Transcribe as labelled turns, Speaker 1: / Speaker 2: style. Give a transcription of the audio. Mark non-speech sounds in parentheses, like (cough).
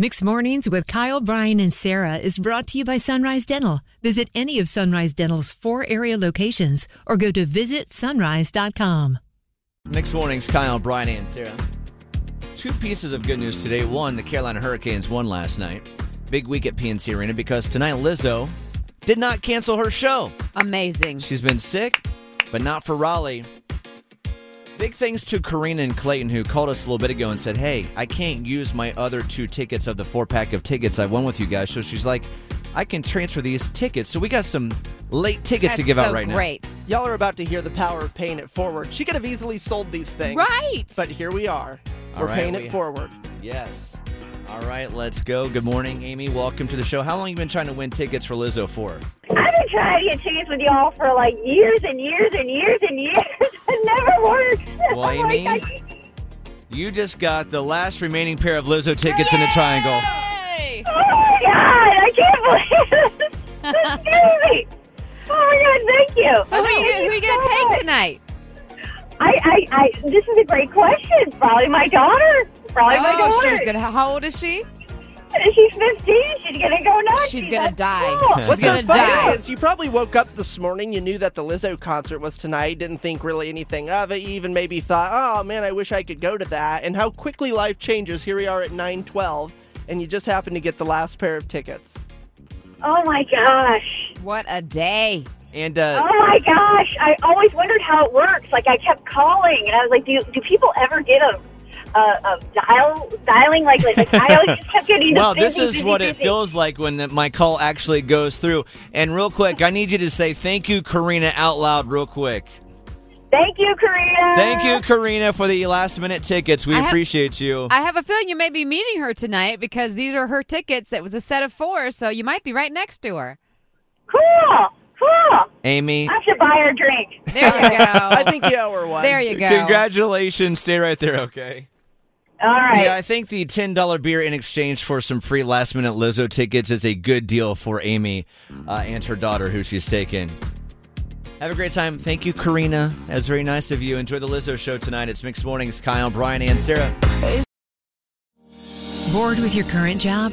Speaker 1: Mixed Mornings with Kyle, Brian, and Sarah is brought to you by Sunrise Dental. Visit any of Sunrise Dental's four area locations or go to visitsunrise.com.
Speaker 2: Next morning's Kyle, Brian, and Sarah. Two pieces of good news today. One, the Carolina Hurricanes won last night. Big week at PNC Arena because tonight Lizzo did not cancel her show.
Speaker 3: Amazing.
Speaker 2: She's been sick, but not for Raleigh. Big things to Karina and Clayton, who called us a little bit ago and said, Hey, I can't use my other two tickets of the four pack of tickets I won with you guys. So she's like, I can transfer these tickets. So we got some late tickets to
Speaker 3: That's
Speaker 2: give
Speaker 3: so
Speaker 2: out right
Speaker 3: great.
Speaker 4: Y'all are about to hear the power of paying it forward. She could have easily sold these things.
Speaker 3: Right.
Speaker 4: But here we are.
Speaker 2: All
Speaker 4: We're
Speaker 2: right,
Speaker 4: paying
Speaker 2: we-
Speaker 4: it forward.
Speaker 2: now. Yes. All right, let's go. Good morning, Amy. Welcome to the show. How long you been trying to win tickets for Lizzo for?
Speaker 5: I've been trying to get tickets with y'all for like years and years and years and years. (laughs) It never worked.
Speaker 2: Well,
Speaker 5: I'm like,
Speaker 2: Amy,
Speaker 5: I-
Speaker 2: You just got the last remaining pair of Lizzo tickets in the triangle.
Speaker 3: Hey.
Speaker 5: oh my god, I can't (laughs) believe this. That's crazy. Oh my god, thank you.
Speaker 3: So who are you,
Speaker 5: Thank
Speaker 3: who you going to
Speaker 5: so
Speaker 3: take
Speaker 5: much.
Speaker 3: tonight?
Speaker 5: I, I, I, this is a great question. Probably my daughter. Probably my
Speaker 3: Oh,
Speaker 5: daughter.
Speaker 3: she's going to. How old is she?
Speaker 5: She's 15. She's gonna go nuts.
Speaker 3: She's gonna
Speaker 5: at
Speaker 3: die.
Speaker 5: school.
Speaker 4: (laughs)
Speaker 2: She's
Speaker 3: What's
Speaker 4: What's
Speaker 3: gonna
Speaker 4: so funny
Speaker 3: die.
Speaker 4: is you probably woke up this morning, you knew that the Lizzo concert was tonight, didn't think really anything of it. You even maybe thought, oh man, I wish I could go to that. And how quickly life changes. Here we are at 912, and you just happened to get the last pair of tickets.
Speaker 5: Oh my gosh.
Speaker 3: What a day.
Speaker 2: And uh,
Speaker 5: Oh my gosh. I always wondered how it works. Like I kept calling, and I was like, do do people ever get a a, a dial dialing like like, like I always just kept getting. the
Speaker 2: (laughs) Well,
Speaker 5: busy,
Speaker 2: this is
Speaker 5: busy,
Speaker 2: what it
Speaker 5: busy.
Speaker 2: feels like when the, my call actually goes through. And real quick, I need you to say thank you, Karina, out loud, real quick.
Speaker 5: Thank you, Karina.
Speaker 2: Thank you, Karina, for the last minute tickets. We
Speaker 3: I have-
Speaker 2: appreciate you.
Speaker 3: I have a feeling you may be meeting her tonight because these are her tickets. That was a set of four, so you might be right next to her.
Speaker 5: Cool. Cool.
Speaker 2: Amy,
Speaker 5: I should buy her a drink.
Speaker 2: (laughs)
Speaker 3: There you
Speaker 4: I
Speaker 3: go.
Speaker 4: think you owe her one.
Speaker 3: Oh. there you go.
Speaker 2: congratulations. Stay right there, okay?
Speaker 5: All right.
Speaker 2: Yeah, I think the $10 beer in exchange for some free last minute Lizzo tickets is a good deal for Amy uh, and her daughter, who she's taken. Have a great time. Thank you, Karina. That was very nice of you. Enjoy the Lizzo show tonight. It's Mixed Mornings. Kyle, Brian, and Sarah.
Speaker 1: Bored with your current job?